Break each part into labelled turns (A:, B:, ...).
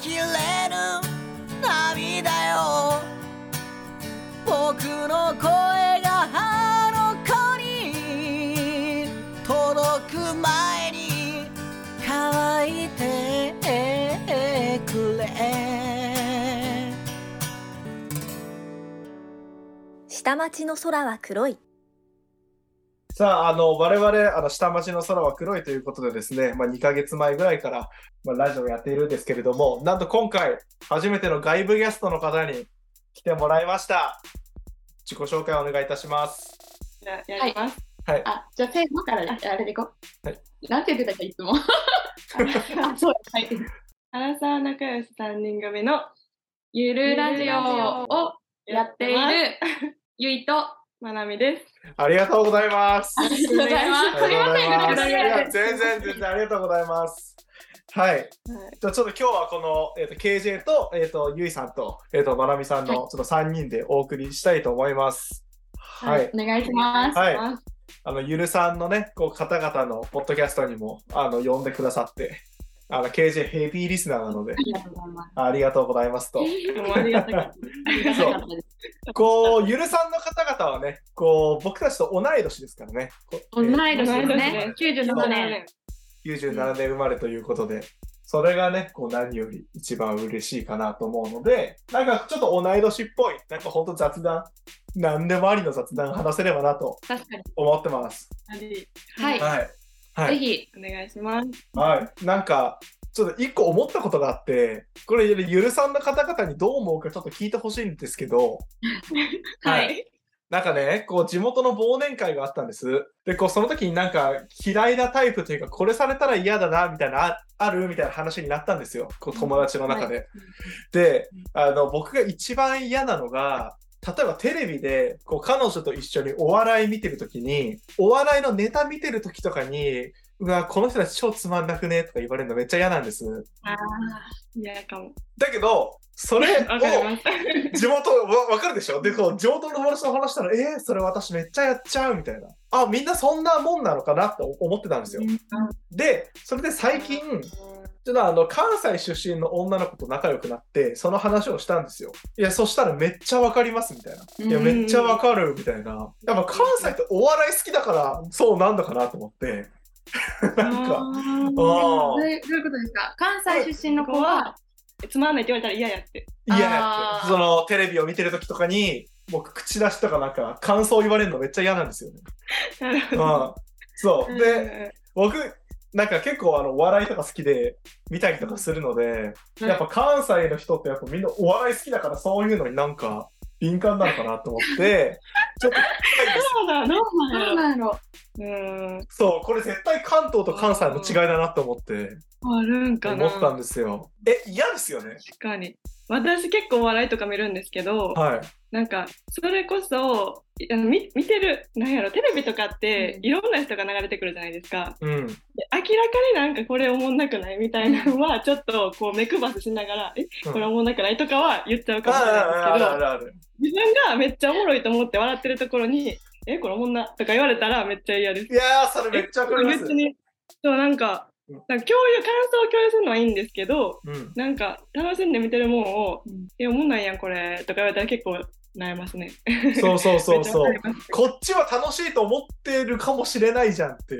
A: きれぬ涙よ僕の声があの子に届く前に乾いてくれ
B: 下町の空は黒い。
C: さあ、あの、我々、あの、下町の空は黒いということでですね、まあ、2ヶ月前ぐらいから、まあ、ラジオやっているんですけれども、なんと今回、初めての外部ゲストの方に来てもらいました。自己紹介お願いいたします。
D: じゃあやります。
C: はい
D: あ、じゃあ最後からああれでいこう。
C: はい
D: なんて言ってたかいつ も。あ、そうだはい。アラサー仲良し3人組のゆるラジオをやっているゆいとまなみです。
C: ありがとうございます。
D: ありがとうございます。
C: ありがとうございます。
D: あ
C: い
D: りがとうござい
C: や全
D: ま
C: 然全然ありがとうございます。はい。
D: すはい
C: じゃあちょっと今日はこの、えー、と KJ と,、えー、とゆいさんと,、えー、とまなみさんのちょっと3人でお送りしたいと思います。はい。
D: はい。お願いします。
C: はい
D: あ
C: あのゆるさんのねこう方々のポッドキャストにもあの呼んでくださってあの KJ ヘビーリスナーなので
D: りがとうございま
C: ありがとうございますと。
D: す。もうありがたかったありがたかったです。
C: こうゆるさんの方々はねこう僕たちと同い年ですからね。こう
E: 同い年です
D: 同い年
E: ね。九十七年。
C: 97年生まれということで、それがね、こう何より一番嬉しいかなと思うので、なんかちょっと同い年っぽい、なんかほんと雑談、何でもありの雑談話せればなと
E: 確かに。
C: 思ってます。
E: はい。
C: はい。は
E: ぜ
C: い。
E: ひ。
D: お願いします。
C: はい、なんか、ちょっと一個思ったことがあって、これ、ゆるさんの方々にどう思うかちょっと聞いてほしいんですけど、
D: はい。
C: なんかね、こう地元の忘年会があったんです。で、こうその時になんか嫌いなタイプというか、これされたら嫌だな、みたいな、ああるみたいな話になったんですよ。こう友達の中で。で、あの、僕が一番嫌なのが、例えばテレビでこう彼女と一緒にお笑い見てる時に、お笑いのネタ見てる時とかに、うわ、この人たち超つまんなくねとか言われるのめっちゃ嫌なんです。
D: いやかも。
C: だけど、それ
D: わかり
C: を
D: ます。
C: 地元わわかるでしょでこう地元の友達と話したら「えー、それ私めっちゃやっちゃう」みたいなあみんなそんなもんなのかなって思ってたんですよでそれで最近ちょっとあの関西出身の女の子と仲良くなってその話をしたんですよいやそしたらめっちゃわかりますみたいないや
D: うんうんうん
C: めっちゃわかるみたいなやっぱ関西ってお笑い好きだからそうなんだかなと思ってなんか
D: あー
C: あ
E: ど
C: あ
E: ういうどういうことですか。関西出身の子は。
D: つまんないって言われたら嫌やって。
C: いやいや
E: あー
C: そのテレビを見てる時とかに僕口出しとかなんか感想言われるのめっちゃ嫌なんですよ ね
D: なるほど。
C: うんそう。で、僕、なんか結構あの、お笑いとか好きで、見たりとかするので、
D: うん
C: やっぱ関西の人ってやっぱみんなお笑い好きだから、そういうのになんか、敏感なのかなと思 って、ちょっと聞きたいです、
D: そうだ、どうなや
E: どうんなんやろ
D: ろ。
C: そう、これ絶対関東と関西の違いだなと思って、
D: うん、あるんか
C: 思
D: な。
C: ったん
D: 確
C: ですよ。え、嫌ですよね。
D: かに。私結構お笑いとか見るんですけど、
C: はい。
D: なんかそれこそあのみ見てるなんやろテレビとかって
E: うん
D: いろんな人が流れてくるじゃないですか、
C: うん。
D: で明らかになんかこれおもんなくないみたいなのはちょっとこう目くばせしながら「えこれおもんなくない?」とかは言っちゃう
C: あ
D: かもしれないですけ
C: あ
D: ど
C: あるあるある。
D: 自分がめっちゃおもろいと思って笑ってるところに「えこれおもんな」とか言われたらめっちゃ嫌です。
C: いやー、それめっちゃわかります
D: 別。にそうなんかなんか共有感想を共有するのはいいんですけど
C: うん。
D: なんか楽しんで見てるもんを
E: うん
D: 「えおもんないやんこれ」とか言われたら結構悩ますね。
C: そうそうそうそう
D: めっ。ちゃわかります
C: こっちは楽しいと思ってるかもしれないじゃんって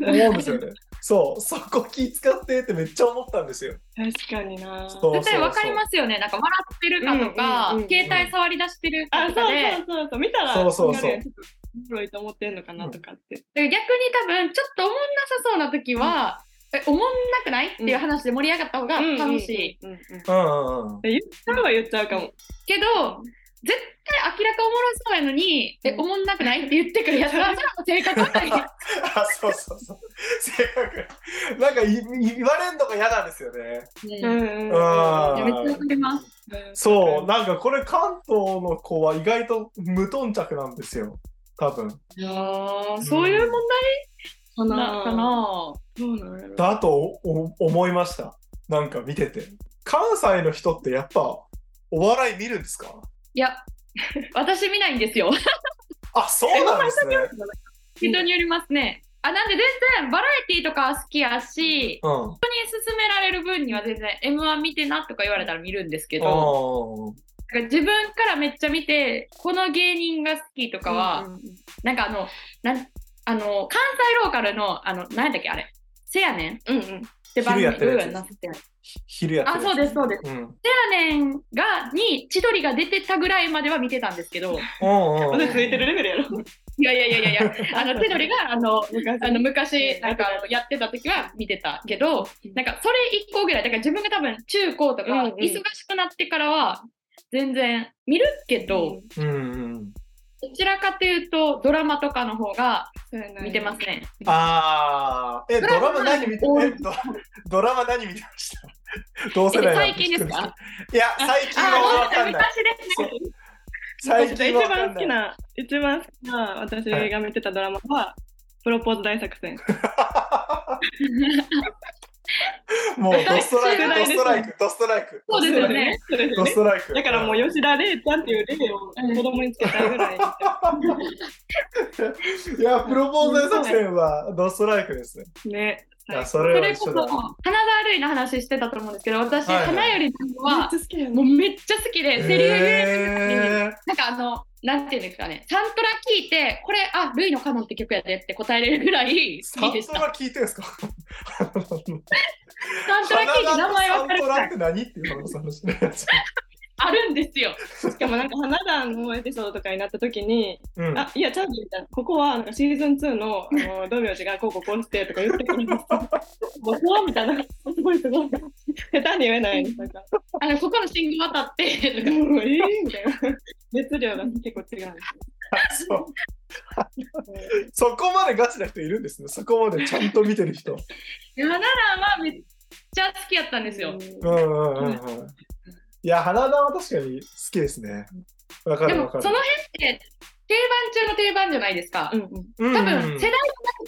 C: 思うんですよね。そう、そこ気使ってってめっちゃ思ったんですよ。
D: 確かにな。
C: そう
E: 絶対わかりますよね。なんか笑ってるかとか、
D: うんうんうんうん
E: 携帯触り出してる
D: あ
E: か
D: そ
E: と
D: う
E: かで。だか
D: そうそうそう見たら
C: そうそうそう
D: わかるやんちょっとおもろいと思ってんのかなとかって。
E: ら逆に多分ちょっとおもんなさそうな時は、えおもんなくないっていう話で盛り上がった方が楽しい。
D: うんうんうんうんうん
C: うんうんうん。
D: 言っちゃうは言っちゃうかも。
E: けど。絶対明らかおもろそうやのに、
D: う
E: え
D: ん
E: おもんなくないって言ってくるや つは、それはもう性格悪い。
C: あ、そうそうそう。性格。なんかい言われんのが嫌なんですよね。
D: う
E: うん
D: んう
E: い
D: ん
C: あ
E: やめっちゃわかります。
D: うん
C: そう、なんかこれ関東の子は意外と無頓着なんですよ。多分。
E: あーそういう問
D: か
E: 題なの
D: なか
E: か
D: な。
E: な。
D: どうなんやろ。
C: だとお思いました。なんか見てて。関西の人ってやっぱお笑い見るんですか
E: いや、 私見ないんですよ。
C: あ、そうなんですね。
E: 人によりますね。あなんで全然バラエティーとかは好きやし
C: うん。あ
E: 人に勧められる分には全然 m 1見てなとか言われたら見るんですけ
C: あ
E: ど
C: ー。
E: なんか自分からめっちゃ見てこの芸人が好きとかは、
B: うんうんうん
E: なんかあのなんあの関西ローカルのあの何だっけあれせやねんっ
D: うんうん。
E: て番
C: 昼
E: 組
C: やってるやつ
E: うんなせてる
C: ひ昼やって
E: あそうですそうです
C: す。うん。
E: せやねんがに千鳥が出てたぐらいまでは見てたんですけど
C: うんうん。
D: 私いてるレベルやろ。
E: いやいやいやいやいやあの千鳥があの
D: 昔
E: あの昔なんかあのやってた時は見てたけどなんかそれ以降ぐらいだから自分が多分中高とか
D: うんうん
E: 忙しくなってからは全然見るけど、
D: うん
C: うんうん。
E: どちらかというとドラマとかの方が
D: そうやな
E: 見てますね。
C: ああ。え、ドラマ何見て
E: ドラマ
C: えドラドラマ何見てました 同世代
E: え
C: なの
E: 最近ですか
C: いや、最近はわかんない。
E: 昔ですね。
C: 最
D: 一
C: 近はわか
D: 番
C: ん
D: 好
C: な
D: き
C: い。
D: な、一番好きな私が見てたドラマは、プロポーズ大作戦。
C: もうドストライク、ドス
D: 世代ですね
C: トライク、ドストライク。
E: そうですよね。
D: そうですよ
C: ド
D: ね
C: ス。トライク。
D: だからもう吉田玲ちゃんっていう霊を子供につけたぐらい。
C: いや、プロポーズ作戦はドストライクですね。
D: ね。
C: い
D: は
C: や、
D: い
C: そ
E: そ
C: れは
E: れ
C: 一
E: こ
C: 緒
E: そ
C: だ。
E: 花沢類の話してたと思うんですけど、私、
C: はいはい
E: 花より団子は
D: めっちゃ好きだよ
E: も
D: ね
E: うめっちゃ好きで、セリフ
C: えー
E: なんかあの。なんていうんですかね、サントラ聞いて、これ、あ、ルイのカノンって曲やでって答えれるぐらい好
C: サ
E: き
C: ン
E: でし
C: ト
E: た。
C: ラ聞いてるんですか
E: サントラ聞いて名前わかる
C: サン
E: ぐ
C: トラ
E: ら
C: っ
E: い
C: て何っていう話話のやつ。
E: あるんですよ。
D: しかもなんか花壇のエピソードとかになった時に、
C: うん。
D: あいや、チャービーみたいな、ここはなんかシーズン2のあの道明寺がこうこうこうしてとか言って くるんですよ。もうそうみたいな、すごいすごい。下手に言えないんですなんか。
E: あの、ここの信号渡って、とか
D: もうえーみたいな。熱量が結構違うん
C: そ
D: で
C: う
D: すよ。
C: そこまでガチな人いるんですね。そこまでちゃんと見てる人。
E: いや、ならはめっちゃ好きやったんです
C: う
E: よ。
C: んうんうんうん。いや、花田は確かに好きですね。わか
E: で
C: る
E: も
C: わ、か
E: その
C: る。
E: 辺って定番中の定番じゃないですか
D: う。んうん
C: 多
E: 多分、世代の中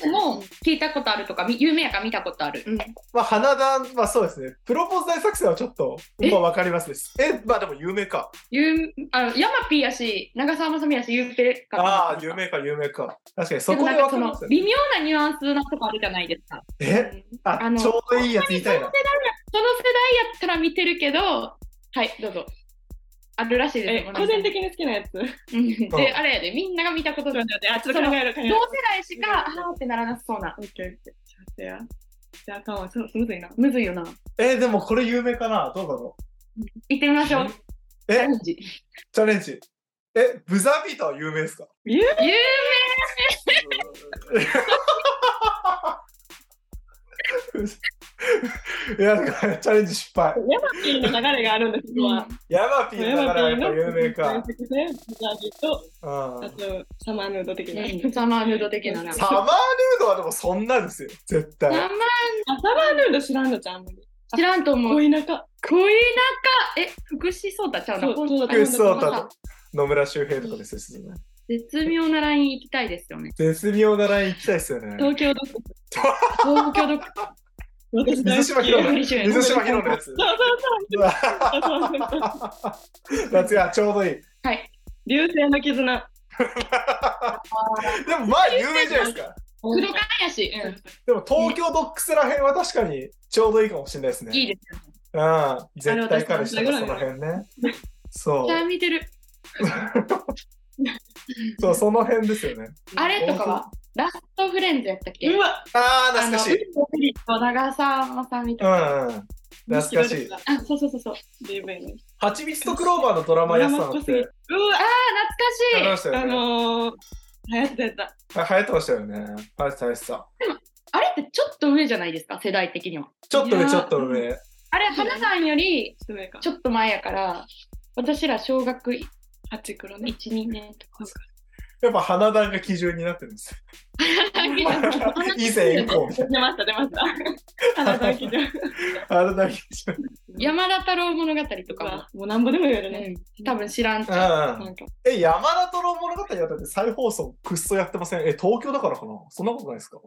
E: でも聞いたことあるとか、み有名やから見たことある。
D: うん。
C: まあ、花田、まあそうですね。プロポーズ大作戦はちょっと、
E: え
C: まあわかりますです。え、まあでも有名か。
E: ゆうあのヤマピーやし、長澤まさみやし、有名かな。
C: ああ、有名か、有名か。確かに、
E: で
C: そ
E: も
C: こ
E: な
C: で
E: んか
C: わ
E: そ
C: かり
E: の
C: ますよね。
E: 微妙なニュアンスなとこあるじゃないですか。
C: えあ
E: あの
C: ちょうどいいやつ言いたいな。
E: その世代やったら見てるけど、はい、どうぞ。あるらしいです
D: え
E: よ。、
D: 個人的に好きなやつ。ちょっ
E: うん
C: うん
E: で、あれやで、みんなが見たこと
D: と
E: ない
D: 待って、あ、ちょっと考える考え
E: 同世
D: る。
E: 代しか、あーってならなさそうな。
D: オッケーオッケー。ちょっと待ってや。じゃあ、あかんわ。そむずいな。
E: むずいよな。
C: えーでもこれ有名かなどうだろ
E: 行ってみましょ
C: う
E: う。チ
C: え
E: ャレンジ
C: チャレンジ。え、ブザービーターは有名ですか
E: 有名
C: いや、だからチャレンジ失敗。
D: ヤマピーの流れがあるんです、そこは。
C: ヤマピーだからやっぱ有名
D: ヤマ
C: か。
D: ピーのねブザービーと、
C: うん
D: あと、サマーヌード的な。
E: うんサマーヌード的なな。
C: サ
E: サ
C: マーヌードはでもそんなですよ。絶
E: マー
C: 対。
D: あ、サマーヌード知らんのじゃん、あんまり。
E: 知らんと思う。
D: 恋仲。
E: 恋仲え、福士蒼太ちゃう
D: そ
E: の
D: うそう
C: 福士蒼
E: あ
C: 太と野村周平とかですよね。
E: 絶妙なライン行きたいですよね。
C: 絶妙なライン行きたいですよね。
D: 東京ドッグ。
E: 東京ドッグ
D: 私大
C: 水
D: 好き
C: 島ひろ
E: 無
C: の
E: 理しよう
C: 水島ひろのやつ。
D: そうそうそうそうそう。
C: 夏がちょうどいい。
D: 流星の絆。
C: でもまあ有名じゃないですか。
E: 不動感やし、うん
C: でも東京ドックスらへんは確かにちょうどいいかもしれないですね。
E: いいですよ。
C: うん。絶対彼氏とかその辺ね。そ
E: じゃあ見てる。
C: う。そう、その辺ですよね。
E: あれとかはラストフレンズやったっけ
D: うわ
C: ああ、
E: あ
C: 懐
E: の、
C: かし
E: フ
C: い。
E: リップ長澤まさみと
C: う
E: か。
C: んうん。懐かしい。
E: あ、そうそうそうそう。
D: DV の。
C: ハチミツとクローバーのドラマやってたのって流
D: うわ
E: あー、
C: 行ま
E: 懐かしい。
C: した
D: あ
C: よね。
D: のー、流行ってた。
C: あ流行ってましたよね。流行ってた流行ってた。
E: あれってちょっと上じゃないですか、世代的には。
C: ちょっと
D: い
C: 上、
D: や
C: ちょっと上。
E: あれ、花さんより
D: 失礼か。
E: ちょっと前やから、私ら小学1、
D: 八黒ね。
E: 2年とか。
C: やっぱ花壇が基準になってるんです。以前以降みたい
D: 出ました、出ました。花田明じ
C: な。花壇基準。
E: 山田太郎物語と
D: ゃん。う
E: か
D: わもうなんぼでも言え
E: も、
D: るね。
E: うん多分知らんち
C: う
E: ゃうん
D: なんか、
C: え、山田との物語やったって再放送くっそやってませんえ、東京だからかなそんなことないですか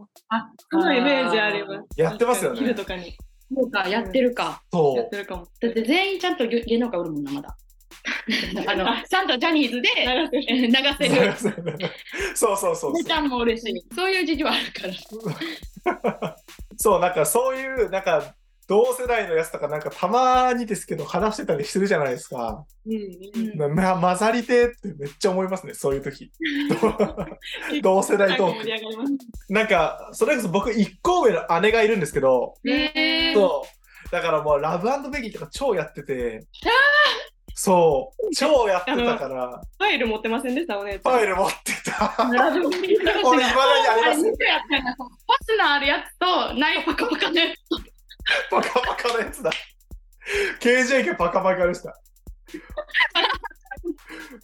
D: そのイメージあります。
C: やってますよね
D: 昼とかに
E: そうかやってるか
D: や
C: そ
D: ってるかも。
E: だって全員ちゃんと芸芸能界おるもんなまだ あのちゃんとジャニーズで
D: 長瀬
E: えー流せる。
C: そうそうそう
E: ネ
C: そう。
E: タも嬉しい。そういう事情あるから。
C: そう、なんかそういう、なんか、同世代のやつとか、なんかたまにですけど、話してたりしてるじゃないですか。
D: うん
C: なま混ざりてえってめっちゃ思いますね、そういう時。同世代トー
D: 盛
C: ク。
D: り上がります。
C: なんか、それこそ僕、一個上の姉がいるんですけど、
E: ね
C: そう。だからもう、ラブベギーとか超やってて、そう、超やってたから、
D: ファイル持ってませんでしたお姉ち
C: フ
D: ゃん。
C: ァイル持ってた。
E: ラブミート
C: 俺、いまだにあ
E: あ
C: りま
E: れ、
C: す
E: 2
C: よ。
E: 個やったよな。ファスナーあるやつと、ないパカパカのやつ。
C: パカパカのやつだ。KJK パカパカでした。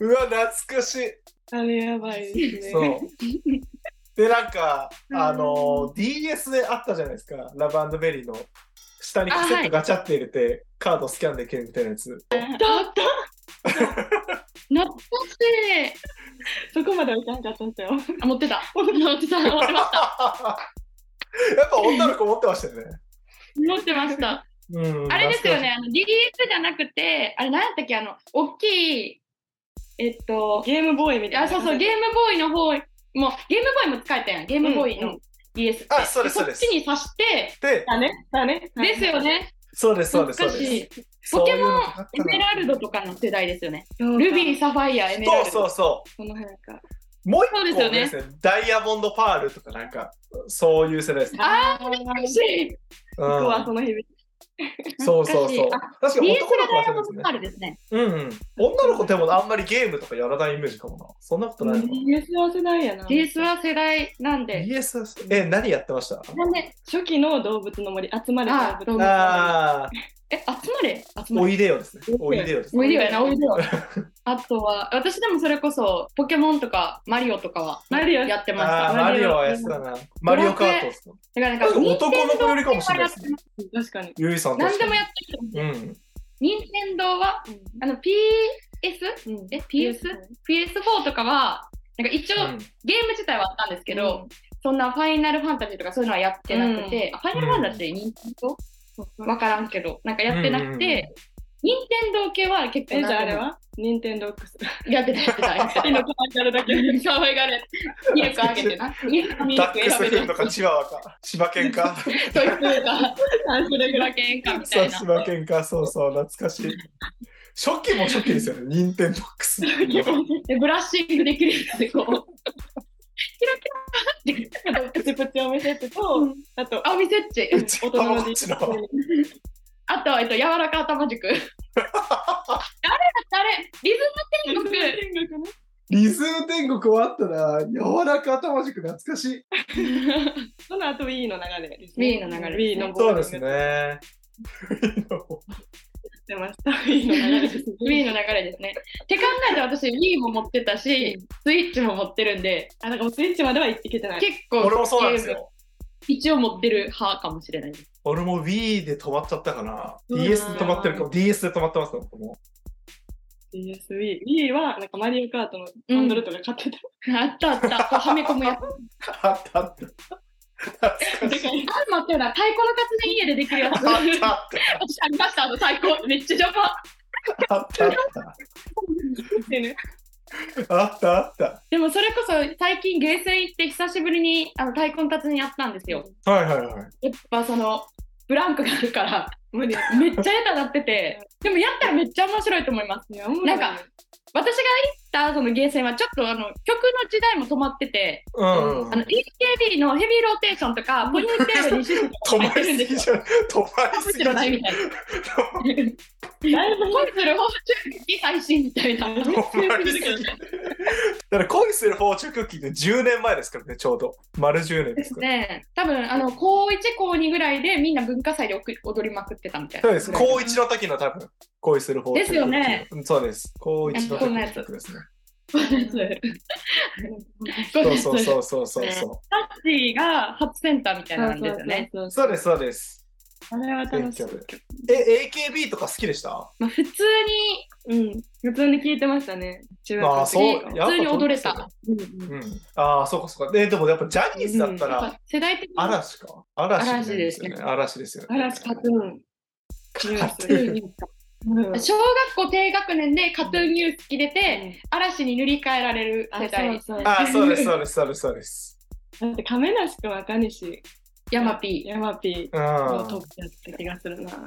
C: うわ、懐かしい。
D: あれやばいですね。
C: そう。で、なんか、
E: うん
C: あの、DS であったじゃないですか、ラブベリーの。下にカセットガチャって入れて、カードスキャンできるみたいなやつ。
E: だった。懐かし
D: そこまではいかなかったんですよ。
E: い。あ 持ってた。持ってた。持ってました。
C: やっぱ女の子持ってましたよね。
E: 持ってました。
C: うん、
E: あれですよね。あの DS じゃなくて、あれ何やったっけあの大きいえっと
D: ゲームボーイみたいな。
E: あそうそうゲームボーイの方もゲームボーイも使えたやん。ゲームボーイ
D: うんう
E: の DS って。
C: あそうですそうです
E: こっちに挿して
C: 懐かしい。で、
D: だね。だね。
E: ですよね。
C: そうです、そうです、そう
E: 懐か
C: です。
E: しい。ポケ
C: そうい
E: モンエ
C: うの
E: メ
C: があった
E: ラ
C: な
E: ルドとかの世代ですよね。
D: はい。
E: ルビ
D: ー
E: ー、サファイア、エメラル
C: そ
E: ド。
C: うそうそう。
D: この辺か。
C: もう一個
E: そうですよね
C: ですねダイヤモンドパールとかなんか、そういう世代ですね。
E: あ
D: あ
E: 懐かしい。
C: う
D: 僕は
C: ん、
D: その日々。
C: そうそうそう。
E: 懐
C: 確かに
E: DS が
C: 男の子
E: ダ
C: は
E: イヤモン
C: そう
E: ド
C: で
E: パ
C: すね。
E: ールですね。
C: うんうん。女の子でもあんまりゲームとかやらないイメージかもな。そんなことないのかな。
D: DS は世代やな。
E: DS は世代なんで。
C: DS、え、何やってました
E: なんで
D: 初期の動物の森、集まれ
E: あ
D: 動物の森。
C: ああ、
E: え集まれ集ま
C: お
E: れ。
C: いでよですね。おいでよですね。
E: おいでよやなおいでよ。あとは私でもそれこそポケモンとかマリオとかは
D: マリオ
E: やってまし
C: あ
E: た。
C: あ、マリオはやつだな。マリオカートっすか。
E: だからなん
C: 確
E: か
C: かに男の子よりかもしれないですね。
D: 確かに。
C: ゆいさんと
E: 何でもやってると思う。
C: うん。
E: 任天堂はあの PS
D: うん
E: え PS PS4 とかはなんか一応、
C: うん
E: ゲーム自体はあったんですけど、そんなファイナルファンタジーとかそういうのはやってなくて、あファイナルファンタジー任天堂わからんけどなんかやってなくて、任天堂系は結構
D: え、じゃああれ
E: 何でも
D: は任天堂 X。
E: やってたやってた やってた。
D: 手の可愛がるだけ。
E: 可愛がれ。ミルクあげてな。ミルクミル
C: ダッ
E: ク
C: クス
E: 選べ
C: フン
E: る
C: と。かチワワか、柴犬か。
E: そういうか、
D: あそれぐらい。
E: 裏喧嘩みた
C: そ、
E: いうな。
C: 柴犬か、そうそう、懐かしい。初期も初期ですよね、任天堂 X。
E: でブラッシングできるやつでこう。キラキラって。
D: プチプチお店ってと、あと、
E: あ、お店っち。
D: 大
C: ち
D: 人の
C: こっちの
D: DS
E: あとは、えっと、柔らか頭塾。あれだってあれ、リズム天国。
C: リズム天国はあったな、柔らか頭軸懐かしい。
D: その後 Wii の流れです、
E: Wii の流れ
D: Wii のボ
C: そ
D: ー
C: う
D: ル
C: で
D: が
C: す
D: 出
C: ね。
D: てました。Wii の流れです ね。
E: Wii の流れですね。って考えたら私、Wii も持ってたし、スイッチも持ってるんで、
D: あ、なんかもうスイッチまではいけてない。
E: 結構、
C: 俺もそうなんです。よ。
E: 一応持ってる派かもしれないです。
C: 俺も Wii で止まっちゃったかな。
D: うん
C: DS で止まってるかも。DS で止まってますよ、僕も
D: DSW。Wii はなんかマリオカートのハンドルとか買ってた。
E: あったあった。こうはめ込むやつ。
C: あったあった。懐かしい。
E: あ待ってよな、太鼓の達人家でできるやつ。
C: あっ
E: 私
C: たあっ
E: ありました、あの太鼓。めっちゃ邪魔。
C: た。あったあった。あったあった。
E: でもそれこそ最近ゲーセン行って久しぶりにあの太鼓の達人やったんですよ。
C: はいはいはい。
E: やっぱそのブランクがあるから
D: 無理。
E: めっちゃ下手なって て、でもやったらめっちゃ面白いと思います。
D: いや、もう
E: なんか私が行ったそのゲーセンはちょっとあの曲の時代も止まってて、
C: うんうん。
E: あの EKB のヘビーローテーションとかポニーテールにシュッと
C: 止
E: 入
C: ま
E: ってる
C: り
E: んです
C: ぎ
E: す
C: じ
E: よ。
C: ゃん。止まり
E: 面
C: すぎ
E: 白ないみたいな。
D: だいぶ
E: 恋する報酬劇最新みたいな。
C: 止まりすぎだから恋するフォーチュンクッキーって10年前ですからね、ちょうど。丸10年
E: で
C: です
E: す
C: から。
E: ね、多分あの高1高2ぐらいでみんな文化祭でおく踊りまくってたみたいな
C: そうです。高1の時の多分、恋するフォーチュンクッキー。
E: です
C: うん。そうです。高1の時の曲ですね。 そうそう
E: う
C: そうそうそう。
E: ね
C: そ
E: タッチが初センターみたいなんですよね
D: そう
C: う
D: そう
C: そうです、そうです。
D: そう。あれは楽しい。
C: え、AKB とか好きでした
E: まあ、普通に
D: うん。普通に聞いてましたね。中学
C: あ
D: 校
C: あ、そう。
E: 普
C: やっぱ
E: 通に踊れた
C: そうで
D: うんうん
C: すよねうん。ああ、そうかそうか。で、でもやっぱジャニーズだった
E: やっ
C: ら、
E: ぱ世代的に
C: 嵐か。嵐
E: 嵐です
C: よ
E: ね
C: ね。嵐ですよね。
D: 嵐カトゥーン。
C: カトゥーン
E: うん
D: うん
E: 小学校低学年でカトゥーンニュース着れて、嵐に塗り替えられる世代
D: そうそう
C: あー、そうです、そうです、そうです、そうです。
D: だって亀梨君赤西
E: ヤマピ
D: ヤマピ
C: う
D: ーの
C: ん。
D: トップだった気がするな、あー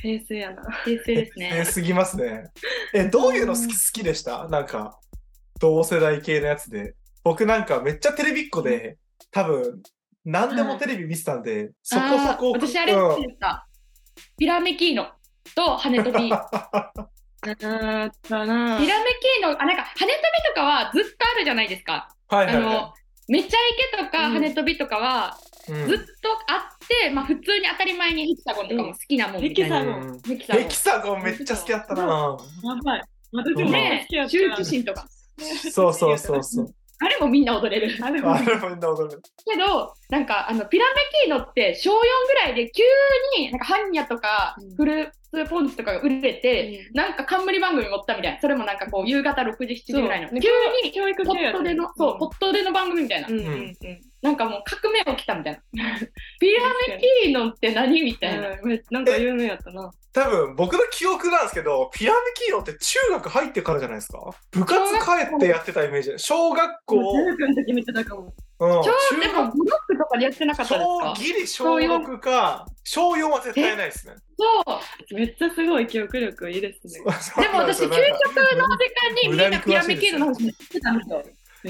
D: 平成やな
E: ー平成です
C: えー、
E: ね
C: すぎますね。え、どういうの好き好きでしたなんか、同世代系のやつで。僕なんかめっちゃテレビっ子で、多分、何でもテレビ見てたんで、そこそこ。
E: あー私あれ
C: うん
E: 好きでした、ピラメキーノと羽飛びピラ
D: あったな
E: メキーノあなんか羽飛びとかはずっとあるじゃないですか
C: はいは
E: あ
C: い
E: の
C: は
E: めちゃイケとか
D: うん
E: 羽飛びとかは、
C: い。うん
E: ずっとあって、まあ、普通に当たり前にヘキサゴンとかも好きなもんみたいな、
D: ヘキサゴン
C: うん
E: ヘキサゴン
C: ヘキサゴンめっちゃ好きだったな。
D: やばい私
C: ゴン
D: も
E: ね
D: 好きやった
E: 羞恥心とか
C: そうそうそうそう。
E: あれもみんな踊れる
D: あでも
C: あれもみんな踊る。
E: けどなんかあのピラメキーノって小4ぐらいで急になんかハンニャとか
D: うん
E: フルーツポンチとかが売れて、なんか冠番組持ったみたいなそれもなんかこう夕方6時7時ぐらいの、
D: そう
E: 急に
D: 教育
E: ポ
D: 系やっ
E: ッ
D: た
E: トでの、そうポットでの番組みたいな、
D: うん
C: ん
D: う
C: うん
D: ん
E: なんかもう革命起きたみたいな ピラメキーノって何みたいな、
D: うんなんか有名やったな
C: 多分僕の記憶なんですけど、ピラミキーノって中学入ってからじゃないですか部活帰ってやってたイメージ。小学校、
D: 中学の時めっちゃたかも
C: うん、中
E: 超でもブロックとかでやってなかったです
C: 小
E: か
C: ギリ小6か、小4は絶対ないですね。
E: そう
D: めっちゃすごい記憶力いいですね
E: でも私、
C: そう
E: 給
C: なんですよ
E: 食の時間にみん
C: 無駄
E: な
C: に
E: ピ
C: 詳
E: ラ
C: しい
E: メ
C: です
E: キ
C: よ
E: ーノの話してたんですよ。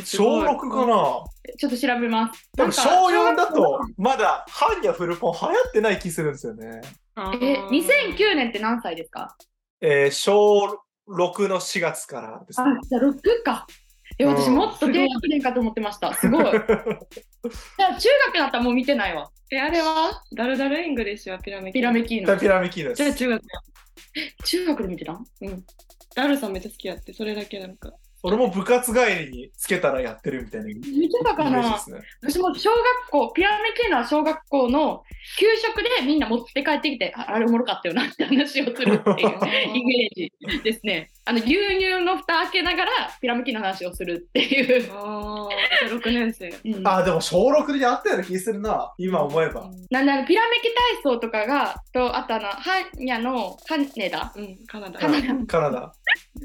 C: 小6かな
E: ちょっと調べます。
C: でも
E: なんか
C: 小4だと、まだ、ハンニャフルポン流行ってない気するんですよね。
D: な
E: え、2009年って何歳ですか
C: えー小6の4月からです
E: あ
C: ね。、
E: じゃあ6か。え、
C: うん
E: 私もっと低学年かと思ってました。すごい。じゃあ中学だったらもう見てないわ。
D: えあれはダルダルイングリッシュはピラミッド
E: ピラメキー
C: だ
E: ノ。
C: ピラミキーノ
D: じゃあ
C: です。
D: 中学
E: 中学で見てたん
D: ダルさんめっちゃ好きやってそれだけなんか
C: 俺も部活帰りにつけたらやってるみたいなイメ
E: 見てたか
C: ージで
E: な
C: すね。
E: 私も小学校、ピラメキーノは小学校の給食でみんな持って帰ってきて、ああれおもろかったよなって話をするっていう。イメージですね。あの牛乳の蓋開けながらピラミキの話をするっていう。
D: あーじゃあ6年生
E: うん
C: あ、でも小6であったような気するな、今思えば。
E: なんであのピラミキ体操とかがとあとあのハンニャのカネダ
D: うんカナダ
E: カナダ
C: うんカナダ。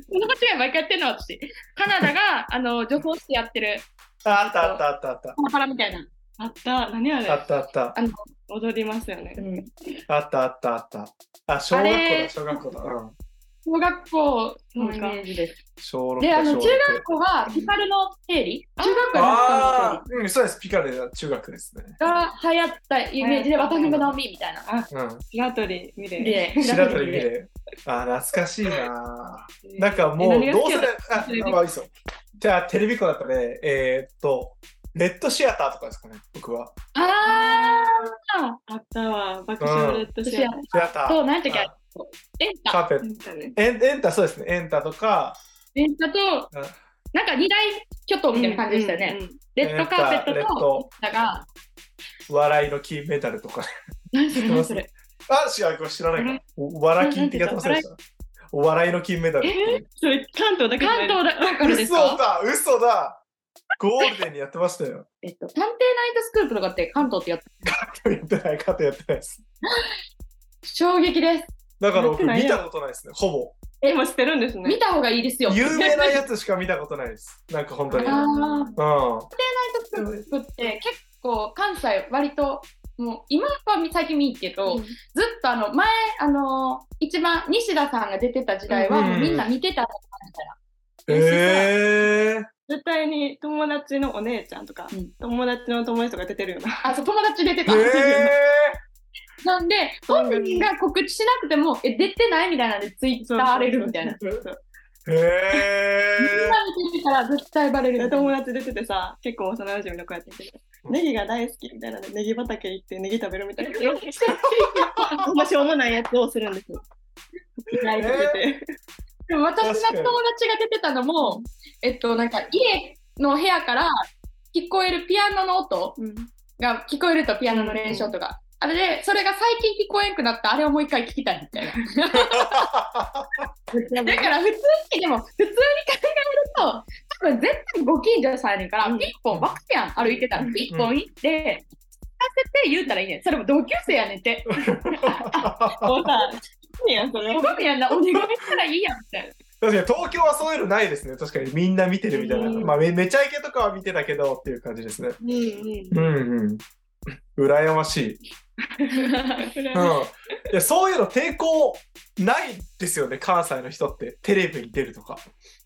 E: この間違い毎回やってるのは私カナダがあの女装してやってる
C: ああったあったあったあった。
E: パラパラみたいな、
D: あった何あ
C: あ
D: れ
C: ったあった。
D: 踊りますよね
E: うん
C: あったあったあった。あ、小学校だ、
E: あれ
C: 小学校だ。うん。
E: 小学校のイメージです
C: 小6
E: で
C: だ
E: あの
C: 小
E: 中
C: 6
E: 学校はヒカルの定理中学校のヒカルの
C: ああ、うん、そうです。ピカル中学ですね。
E: 定理が流行ったイメージで
D: 流行った
E: 渡辺直美みたいな
C: う
D: 白鳥見れ
E: で
C: ん。白鳥見れ。あー、懐かしいな。
D: え
C: なんかもう、
D: え何が
C: ど
D: 好
C: う
D: き
C: せ
D: やっ
C: ね
D: た、
C: あ、あいいっすよ。じゃあ、テレビっ子だったね。えーっと、レッドシアターとかですかね、僕は。
E: あ
D: あったわ爆笑レッドシアター
C: シアター。
E: あと何やったっけあれエンタ
C: カーペット。
D: 見たね
C: エンエンタ、そうですね。エンタとか、
E: レッドと
C: うん、
E: なんか二大巨頭みたいな感じでしたよね。
D: うんうん
E: レッドカーペッ
C: レッ
E: ト
C: ド
E: と、だが、
C: 笑いの金メダルとか。
E: 何それ何それ。
C: あ、知らない、これ知らないか。お笑い金ってやつ忘れてた。お笑いの金メダルっていう。
D: それ関東だけじゃない
E: 関東だ、ローカルです
C: 嘘
E: か
C: だ、嘘だ。ゴールデンにやってましたよ。
E: えっと、探偵ナイトスクープとかって関東ってやった。
C: やってない、カットやってないです。
E: 衝撃です。
C: だから僕
D: やってない
C: 見
D: よ
C: たことないですね、ほ
D: えもうしてるんですね
E: 見た方がいいですよ。
C: ぼ。有名なやつしか見たことないです。なんか本当に。う
E: あ
C: ん。
E: ー
C: あ
E: 探偵ナイトスクープって結構関西割と、もう今は最近見いけど、
D: うん
E: ずっとあの前、あのー一番西田さんが出てた時代は
C: うん
E: もうみんな見てたのか
C: へえ
D: 絶対に友達のお姉ちゃんとか、
E: うん
D: 友達の友達とか出てるよな。
E: な。あ、そう、友達出て
C: ー。
E: た。
C: へ
E: なんで、
D: 番
E: 本
D: 組
E: 人が告知しなくても、え、出てないみたいなんで、ツイッター荒れるみたいな。
D: そうそう
C: ー。へ
E: 今見てみたら絶対バレる
D: で
E: みたいな。
D: 友達出ててさ、結構幼馴染の子やってて、ネギが大好きみたいなので、ネギ畑行ってネギ食べるみたい な。ほんましょうもないやつをするんですよ。嫌いすぎて。
E: でも私の友
C: 確か
E: 達
C: に
E: が出てたのも、えっと、なんか家の部屋から聞こえるピアノの音
D: うん
E: が聞こえるとピアノの練習とか。あれで、それが最近聞こえんくなった、あれをもう一回聞きたいみたいな。だから普通に、でも普通に考えると、多分絶対ご近所さんやねんから、
D: うん
E: ピンポンばっかやん、歩いてたら、ピンポン行って、聞かせて言うたらいいねん。それも同級生やねんって。
D: もうさ、いやんそれ
E: 小神やな、お願いしたらいいやんみたいな。
C: 確かに東京はそういうのないですね。確かにみんな見てるみたいな。
D: うん
C: まあめめちゃイケとかは見てたけどっていう感じですね。
D: うんうん
C: うんうん。羨ましい。
D: それ
C: うん
D: は、
C: いやそういうの抵抗ないですよね、関西の人って。テレビに出るとか。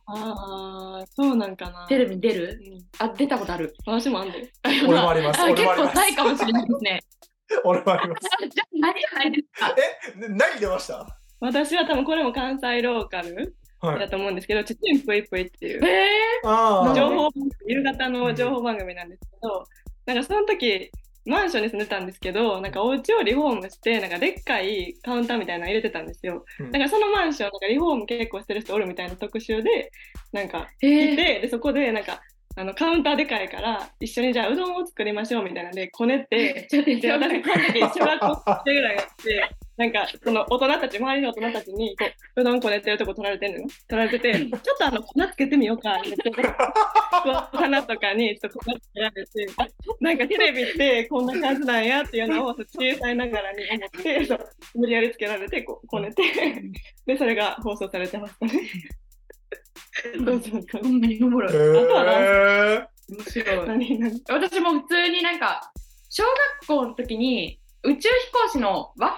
D: ああそうなんかな
E: テレビに出る
D: うん
E: あ、出たことある。
D: 私もあんで
E: 俺
C: 俺もあります。
E: あ
C: 俺
E: 結
C: もあり
E: 構
C: ます
E: 高。いかもしれないですね。
C: 俺もあります。
E: あじゃあ、ないじゃないですか。
C: え、な何出ました
D: 私は多分これも関西ローカル
C: はい。
D: だと思うんですけど、ちっちゃいぷいぷいっていう
E: え
C: あ
D: 情
C: あ。
D: 報番組夕方の情報番組なんですけど、なんかその時マンションに住んでたんですけどなんかお家をリフォームしてなんかでっかいカウンターみたいなの入れてたんですよ、
C: うん
D: なんかそのマンションなんかリフォーム結構してる人おるみたいな特集でなんか
E: ー、
D: い
E: えー、
D: てでそこでなんかあのカウンターでかいから一緒にじゃあうどんを作りましょうみたいなんでこねて
E: ちょっと
D: で
E: やば
D: 私
E: い
D: この時小学校生ぐらいやってなんかその大人たち周りの大人たちにこううどんこねてるとこ取られてるの取られててちょっとあの粉つけてみようかって言ってこう花とかにちょっと粉つけられてなんかテレビってこんな感じなんやっていうのを小さいながらに思ってそう無理やりつけられてこうこねてでそれが放送されてましたね。そうそうそう
E: ほんまにおもろい。
C: へえ。
E: 面白い。
D: 何何
E: 私も普通になんか小学校の時に宇宙飛行士のわ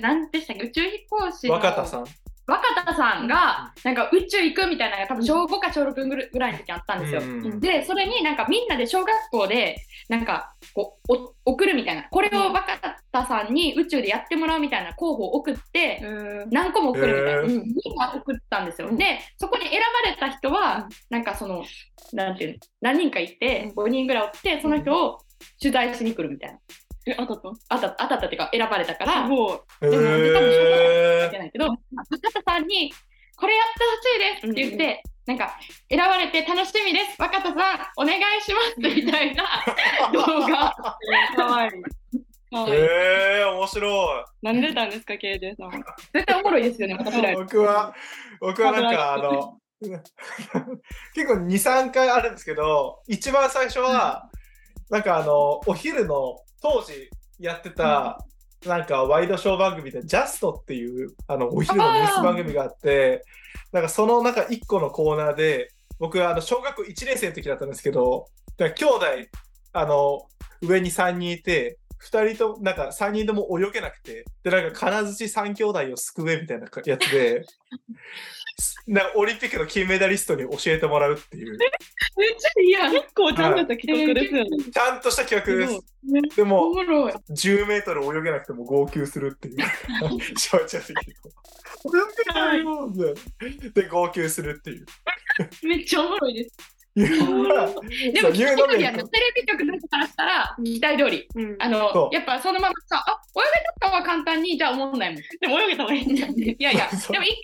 E: なんでしたっけ宇宙飛行士の
C: 若田さん。
E: 若田さんがなんか宇宙行くみたいなのが多分小5か小6ぐるぐらいの時あったんですよ。
C: うんうん
E: でそれになんかみんなで小学校でなんかこうお送るみたいなこれを若田さんに宇宙でやってもらうみたいな候補を送って、
D: うん
E: 何個も送るみたいな、
C: へー
E: うんみんな送ったんですよ、
D: うん
E: でそこに選ばれた人は、なんかそのなんていうの何人かいて、5人ぐらいおってその人を取材しに来るみたいな
D: えあったと
E: あたあたったっていうか選ばれたから
D: す
E: い
D: ごい
E: でもでも
C: へ
E: けないけど若田さんに「これやってほしいです」って言って、なんか選ばれて楽しみです若田さんお願いしますみたい な動画
D: かわいい。か
C: え。
D: わいい。
C: へえ、面白
D: 何出たんですか、KJ さんは。
E: 絶対おもろいですよね私ら
C: い。僕は、僕はなんかあの、結構2、3回あるんですけど、一番最初は、なんかあの、お昼の当時やってた、なんかワイドショー番組で「ジャストっていうあのお昼のニュース番組があってなんかそのなんか1個のコーナーで僕はあの小学校1年生の時だったんですけどだから兄弟あの上に3人いて2人となんか3人とも泳げなくてでなんか金槌3兄弟を救えみたいなやつで なんかオリンピックの金メダリストに教えてもらうっていう
E: めっちゃいいやん
D: 結構ちゃんとした企画ですよね。
C: ちゃんとした企画ですす。でも
E: おもろい
C: 10メートル泳げなくても号泣するっていうちょいちょい泳げないよで号泣するっていう。
E: めっちゃおもろいですで
C: で
E: も聞き取りやねテレビ局の人からしたら期待通り
D: ごい。うん
E: あ
C: そ
E: の
C: う
E: やっぱそのままさあ泳げたかは簡単にじゃあ思 んないもんい
D: でも泳げた方がいいんだよね。
E: やいやでも一
C: そう
E: 回泣い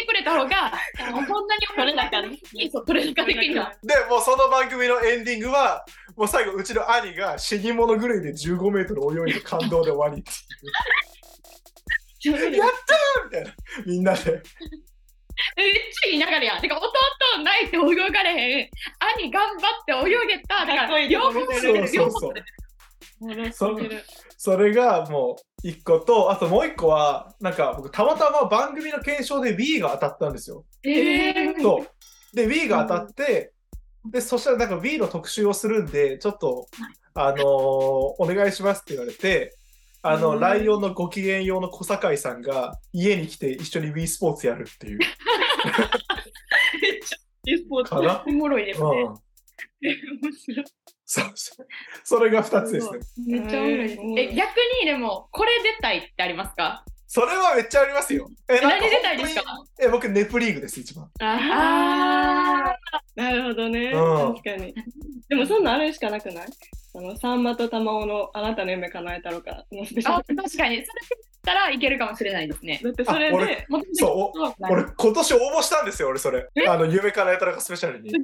E: てくれた方があのそんなに思んないからいいそう取れ高的には
C: でもうその番組のエンディングはもう最後うちの兄が死に物狂いで15メートル泳いで感動で終わりって
D: それ
C: いうやったーみたいなみんなで
E: めっちゃいい流れやんてか弟泣いて泳がれへん兄頑張って泳げただか
D: かっこ
E: ら
D: いい
E: 両方
D: そう
C: そうそう
E: 両
C: そう
E: 方
D: 面
C: そう
D: 白い
C: それがもう1個とあともう1個はなんか僕たまたま番組の検証で B が当たったんですよ
E: えー
C: そう。で、Wii が当たって、で、そしたらなんか Wii の特集をするんで、ちょっと、あのーお願いしますって言われて、あの、
D: うん
C: ライオンのご機嫌用の小堺さんが家に来て一緒に Wii スポーツやるっていう。
D: e スポーツ。
C: かな
E: おもろいですね
C: うん。
E: 面白い
C: そうそうそれが2つですね。
E: めっちゃおもろいですえ逆にでもこれ出たいってありますか
C: それはめっちゃありますよ。え、なん
E: 何
C: か
E: 出たいです
C: 本
E: か
C: 当にえ、僕、ネプリーグです、一番。
E: ああ
D: なるほどね。
C: うん
D: 確かに。でもそんなんあれしかなくないあの、さんまとたまおのあなたの夢叶えたろかのスペシャ
E: あ
D: ル。
E: 確かにそれだったらいけるかもしれないですね。
D: だってそれ
C: あ俺
D: で、
E: もと
C: そう
E: もとそう
C: 俺、今年応募したんですよ、俺、それ。あの、夢からやたらかスペシャルに
D: す。ご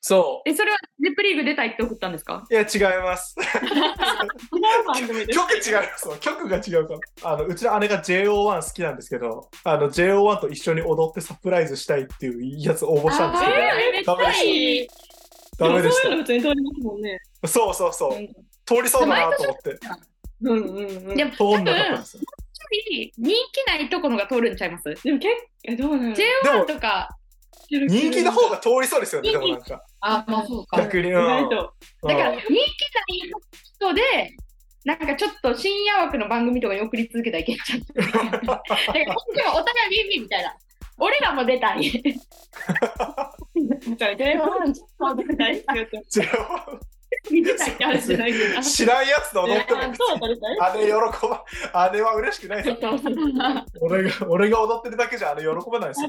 C: そ
E: えそれはジップリーグ出たいって送ったんですか？
C: う。いや、違います。
D: い。違う番組で す。
C: 曲違いますわ曲が違うからあのうちの姉が JO1 好きなんですけどあの JO1 と一緒に踊ってサプライズしたいっていうやつ応募したんですけど、
E: あーめっちゃいい。
C: ダメでし
D: もそういうの普通に通りますもんね。
C: たそうそうそう
D: うん
C: 通りそうだなと思って
D: うんうんうん。
E: でも多
C: 通
E: 分
C: んなかったんですよ
E: り人気ないところが通るんちゃいます
D: でも結構どうなの
E: ?J1 とか、
C: 人気の方が通りそうですよね、で
E: 人気
C: もなんか。
E: あ、まあそうか。だか
C: 逆に。
D: 意
C: うん
D: 外と
C: うん
E: ら人気ない人で、なんかちょっと深夜枠の番組とかに送り続けたらいけんちゃう。だから今回はお互いビンビンみたいな。俺らも出たい。
D: じゃあ J1 大好きよって
C: 違
E: 見てたいって話じゃな いけど
C: う。知らんやつと踊っても、
D: そう踊りたい
C: あれ喜ば、あれは嬉しくないですよ。俺が、俺が踊ってるだけじゃあれ喜ばないですよ。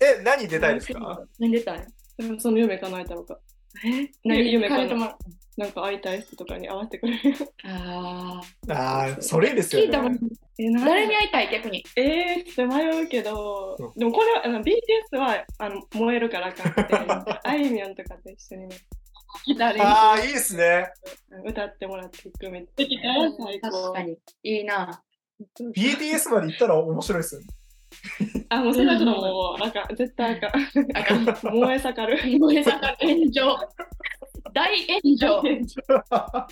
C: え、何出たいですか
E: 何出たい
D: でもその夢叶えたのか
E: え
D: 何夢叶
E: か
D: えた
E: あ
D: なんか会いたい人とかに会わせてくれ る
E: あ
C: ああ、それいいです
E: ー。聞
C: よ
E: いたもん
C: ね。。
D: えなん
E: 誰に会いたい逆に。
D: えー、ちょっと迷うけど、
C: う
D: でもこれはあの BTS はあの燃えるからあかんくてあいみょんとかと一緒にギター練
C: ああ、いいですね。
D: 習歌ってもらっていくめっちゃ最
E: 確
D: 高
E: かに。いいな。
C: BTS まで行ったら面白い ですよね。
D: あもうそれはちょっともうあかん絶 対あかん
E: あかん。
D: 燃え盛る
E: 燃え盛る炎上。大炎上。それこ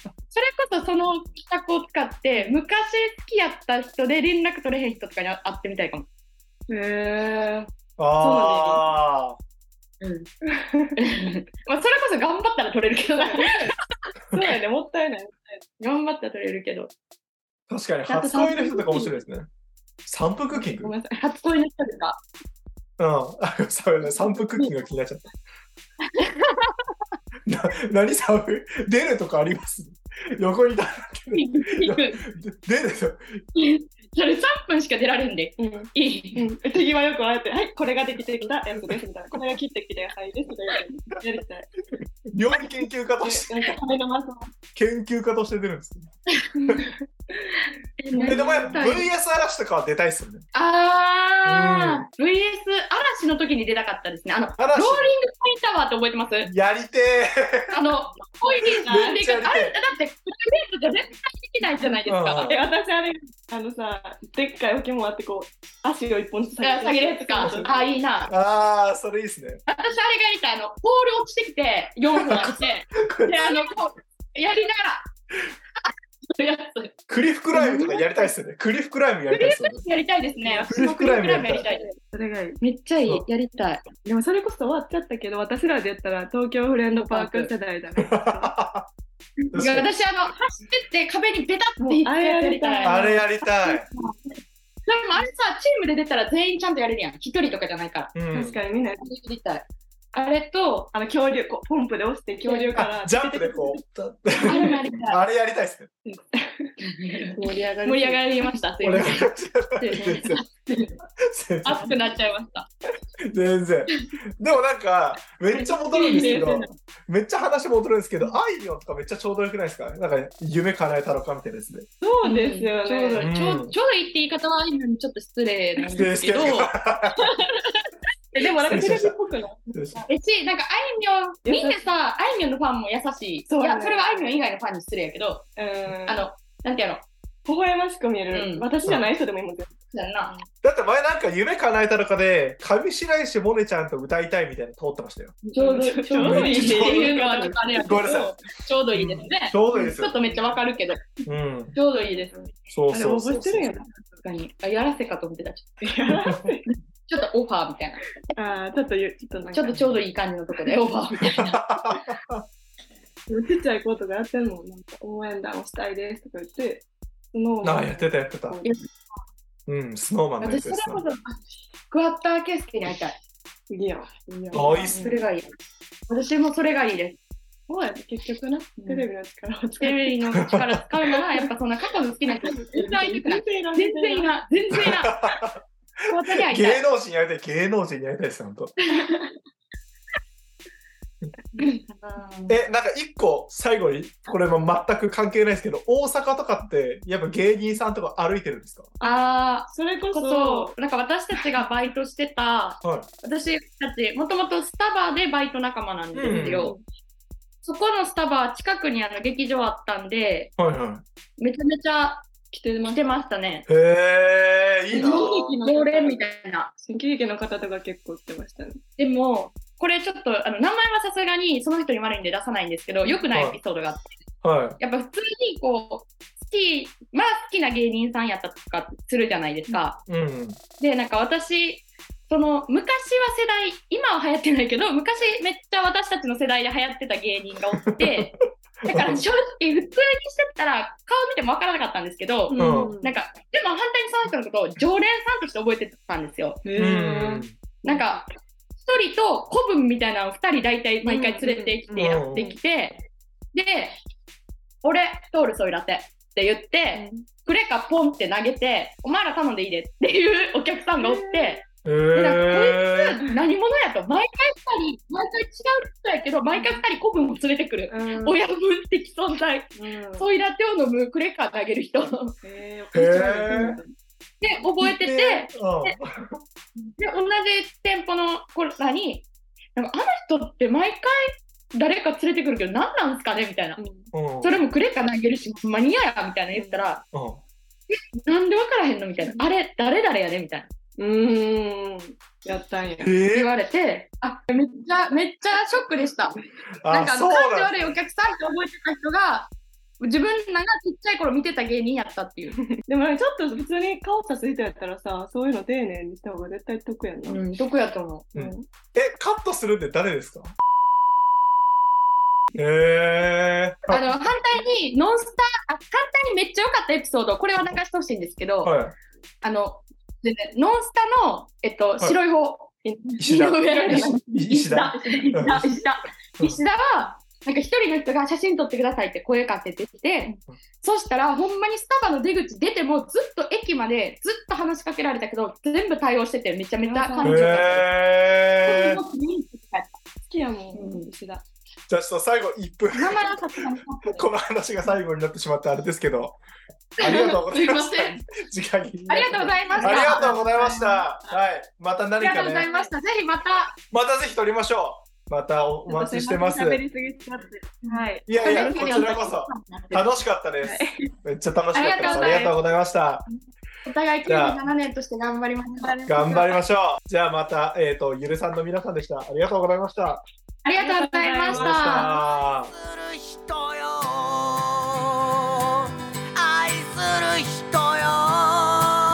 E: そその企画を使って、昔好きやった人で連絡取れへん人とかに会ってみたいかも。
D: へえ
C: ああ、
E: うん。まあそれこそ頑張ったら取れるけどな。
D: そうやねもったいない
E: 頑張ったら取れるけど。
C: 確かに
E: だって
C: 初恋の人とか面白いですね。三分クッキング
D: ご
C: うん。
D: めんなさい
E: 初恋の人とか。
C: あ そうね、三分クッキングが気になっちゃ った。な何三分出るとかあります横にだ出ると
E: それ3分しか出られんで。
D: うん
E: いい。
D: うん、手際よくあえて、はい、これができてきたやつですみたいな、これが切ってきて、はいですみたいな、やりたい。
C: 料理研究家と して
D: なんか、金のマス
C: 研究家として出るんですね。えでもやっぱ VS 嵐とかは出たいっすよね。
E: あー、VS 嵐の時に出たかったですね。あの、ローリン
C: 嵐
E: グポインタワーって覚えてます
C: やりて
E: あの、恋人
D: あれ
E: で
C: めっちゃやりたい
E: あれ、だって、プライベートじゃ絶対できないじゃないです
C: う
E: か
C: ん。
D: え、私あれ、あのさ、でっかい置物あって、こう、足を一本ずつ
E: だから下げるやつか
D: そう。
E: あ、いいな。
C: ーああ、それいいっすね。
E: 私、あれがやりたい。あの、ポール落ちてきて、4本あって、
C: これ
E: で、あの、こう、やりながら、そういうやつ、
C: クリフクライムとかやりたいっすよね。クリフクライムやりたいっすよね。
E: やりたいですね。私も
C: ク
E: ク
C: リ
E: リ
C: ー
E: ー
C: ム
E: ム
C: ラー
E: ラー
C: メ
E: メ
C: ンや
E: ン
C: り
E: やり
C: た
E: たいです。
D: それがいい。
E: めっちゃい
C: そう
E: やりたい。
D: でもそれこそ終わっちゃったけど、私らでやったら東京フレンドパーク世代だ ね。
E: 私、あの、走ってって壁にベタって引っかけてやりたい。
C: あれやりたい。
E: でもあれさ、チームで出たら全員ちゃんとやれるやん。一人とかじゃないから。
C: うん
D: 確かにみんな、
E: やりたい。あれと、
D: あの恐竜、こうポンプで押して恐竜か
C: あ
D: ら、
C: ジャンプでこう。
E: あれもやりたい。
C: あれやりたいっすね。
E: 盛り上がり盛り上がりました。すい
C: 俺
E: ま
C: は
E: せん。
C: 全然。全
E: 熱くなっちゃいました。
C: 然全然。でもなんか、めっちゃ戻るんですけど、めっちゃ話戻るんですけど、あいみょんとかめっちゃちょうどよくないですかなんか、夢叶えたのかみたいですね。
D: そうですよ
E: ちょう
D: ね。
E: ど、
C: うん
E: ちょうちょうどいいって言い方はあるのにちょっと失礼なんですけど、
C: 失礼
D: えでもなんかテレビっぽくない
E: えし、なんかあいみょん、みんなさ、あいみょんのファンも優しい。
D: そう
E: い
D: だね
E: や、それはあいみょん以外のファンに失礼やけど、
D: うん。
E: あの、なんてやろ、
D: 微笑ましく見える、
E: うん
D: 私じゃない人でもいいもんね。
E: そうやんな。
C: だって前なんか夢叶えたのかで、上白石萌音ちゃんと歌いたいみたいなの通ってましたよ。
E: ちょうど、ちょうどいいっていうのはなんかあれやけど
C: ごめんなさ、
E: ちょうどいいですね
C: ち。ょうどいいです
E: ちょ
C: よ
E: っ。とめっちゃわかるけど、
C: うん。
E: ちょうどいいです。確
C: そう
D: あれ
C: そ
D: 応
C: うそう。
D: 募してるんやな。
E: かに。あ、やらせかと思ってた。ち
D: やらせ
E: ょっとオファーみたいな。
D: ああ、ちょっとゆ、ちょっとなんか、
E: ちょっとちょうどいい感じのとこでオファーみたいな。
D: ちっちゃい子とかやってんもん、なんか応援団をしたいですとか言って、その、
C: なあ、やってたやってた。うん、スノーマンのやつ
E: 私、そ
C: で
E: れ
C: す。
E: こそ、クワッターケースケに会いたい。
D: いいやん。いいやん。
C: あいいっす
E: それがいい。私もそれがいいです。
D: そうやって結局な、テレビの力を使
E: テ
D: って。
E: レビの力使うなら、やっぱそんな過去の好きな人、全然いなくない。
D: 然いらん
E: 全然い
D: ん。
E: ない。全然いない。本当に会いた
C: 芸
E: い。
C: 能人やりたい、芸能人やりたいです、本当。え、なんか一個最後に、これも全く関係ないですけど、大阪とかって、やっぱ芸人さんとか歩いてるんですか
E: あ
D: それこ
E: ーこ
D: そ、
E: そ、なんか私たちがバイトしてた、
C: はい。
E: 私たち、もともとスタバでバイト仲間なんですよ。そこのスタバ、近くにあの劇場あったんで、
C: はいは
E: めちゃめちゃ
D: 来てま
E: 来
D: す。
E: てましたね。
C: い。へえ、いいな。
E: 常連みたいな。
D: 新喜劇の方とか結構来てましたね。
E: でも、これちょっと、あの、名前はさすがにその人に悪いんで出さないんですけど、良くないエピソードがあって
C: はい。
E: やっぱ普通にこう、きまあ好きな芸人さんやったとかするじゃないですか。
C: うん。
E: でなんか私その昔は世代今は流行ってないけど昔めっちゃ私たちの世代で流行ってた芸人がおってだから正直普通にしてたら顔見ても分からなかったんですけど、
C: ん
E: なんかでも反対にその人のことを常連さんとして覚えてたんですよ。
C: うん。
E: なんか1人と古文みたいなのを2人大体毎回連れてきてやってきて、で「俺通るソイラテ」って言って、クレカポンって投げて「お前ら頼んでいいで」っていう お客さんがおって、
C: え
E: なん
C: ー、
E: 何者やと毎回2人毎回違う人やけど毎回2人古文を連れてくる、
D: うん
E: 親分的存在
D: うん
E: ソイラテを飲むクレカ投げる人で
D: へ
C: へー
D: ー
E: 覚えてて。
C: うん
E: で同じ店舗の頃になんかあの人って毎回誰か連れてくるけど何なんすかねみたいな、
C: うん。
E: それもクレカ投げるしマニアやみたいな言ったら、なんで分からへんのみたいな、あれ誰々やねみたいな
D: うーんやったんや
C: えー、
E: 言われてあめっちゃめっちゃショックでしたなん
C: あ、
E: かあ
C: そ
E: の
C: う
E: 感じ
C: なん
E: 悪いお客さんって覚えてた人が自分なんかちっちゃい頃見てた芸人やったっていう、
D: でもなんかちょっと普通に顔さす人やったらさそういうの丁寧にした方が絶対得やんな、
E: うん、得やと思う、
C: うんえ、カットするって誰ですかえー、
E: あの反対にノンスターあ簡単にめっちゃ良かったエピソードこれは流してほしいんですけど、
C: は
E: あの、でね、ノンスタの、えっと、
C: い
E: 白い方、
C: い。石田。
E: 井上の
C: 石石田。
E: 石田、石田、
C: うん
E: 石田は、なんか一人の人が写真撮ってくださいって声かけてきて、そしたら、ほんまにスタバの出口出ても、ずっと駅までずっと話しかけられたけど、全部対応してて、めちゃめちゃ感情が。
C: えー、
D: 好きやもん、
E: うん
D: 石田
C: じゃあちょっと最後1分。
E: 名前はさすがに分かった
C: この話が最後になってしまってあれですけど、ありがとうございまし
E: すいません
C: た。時間に。
E: ありがとうございました。
C: ありがとうございました。はい、また
E: あ
C: 何
E: りがと
C: か
E: うござい
C: ね、
E: ました。ぜひまた、
C: またぜひ撮りましょう。またおお待ちしてます。
D: ちょっとすいません喋
C: い
D: りすぎちゃってはい
C: やいや、こちらこそ楽しかったです。めっちゃ楽しかったです。あ
E: あ
C: り
E: り
C: が
E: が
C: と
E: と
C: うございました。
E: お互い
C: じゃあ
E: 97年として頑張りましょう。
C: 頑張りましょう。じゃあまた、えっ、と、ゆるさんの皆さんでした。ありがとうございました。
E: ありがとうございまし
D: ありがとうございました
E: た。
A: する人よ愛する人よ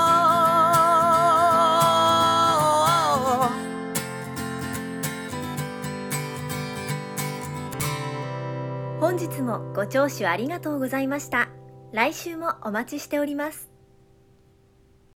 B: 本日もご聴取ありがとうございました来週もお待ちしております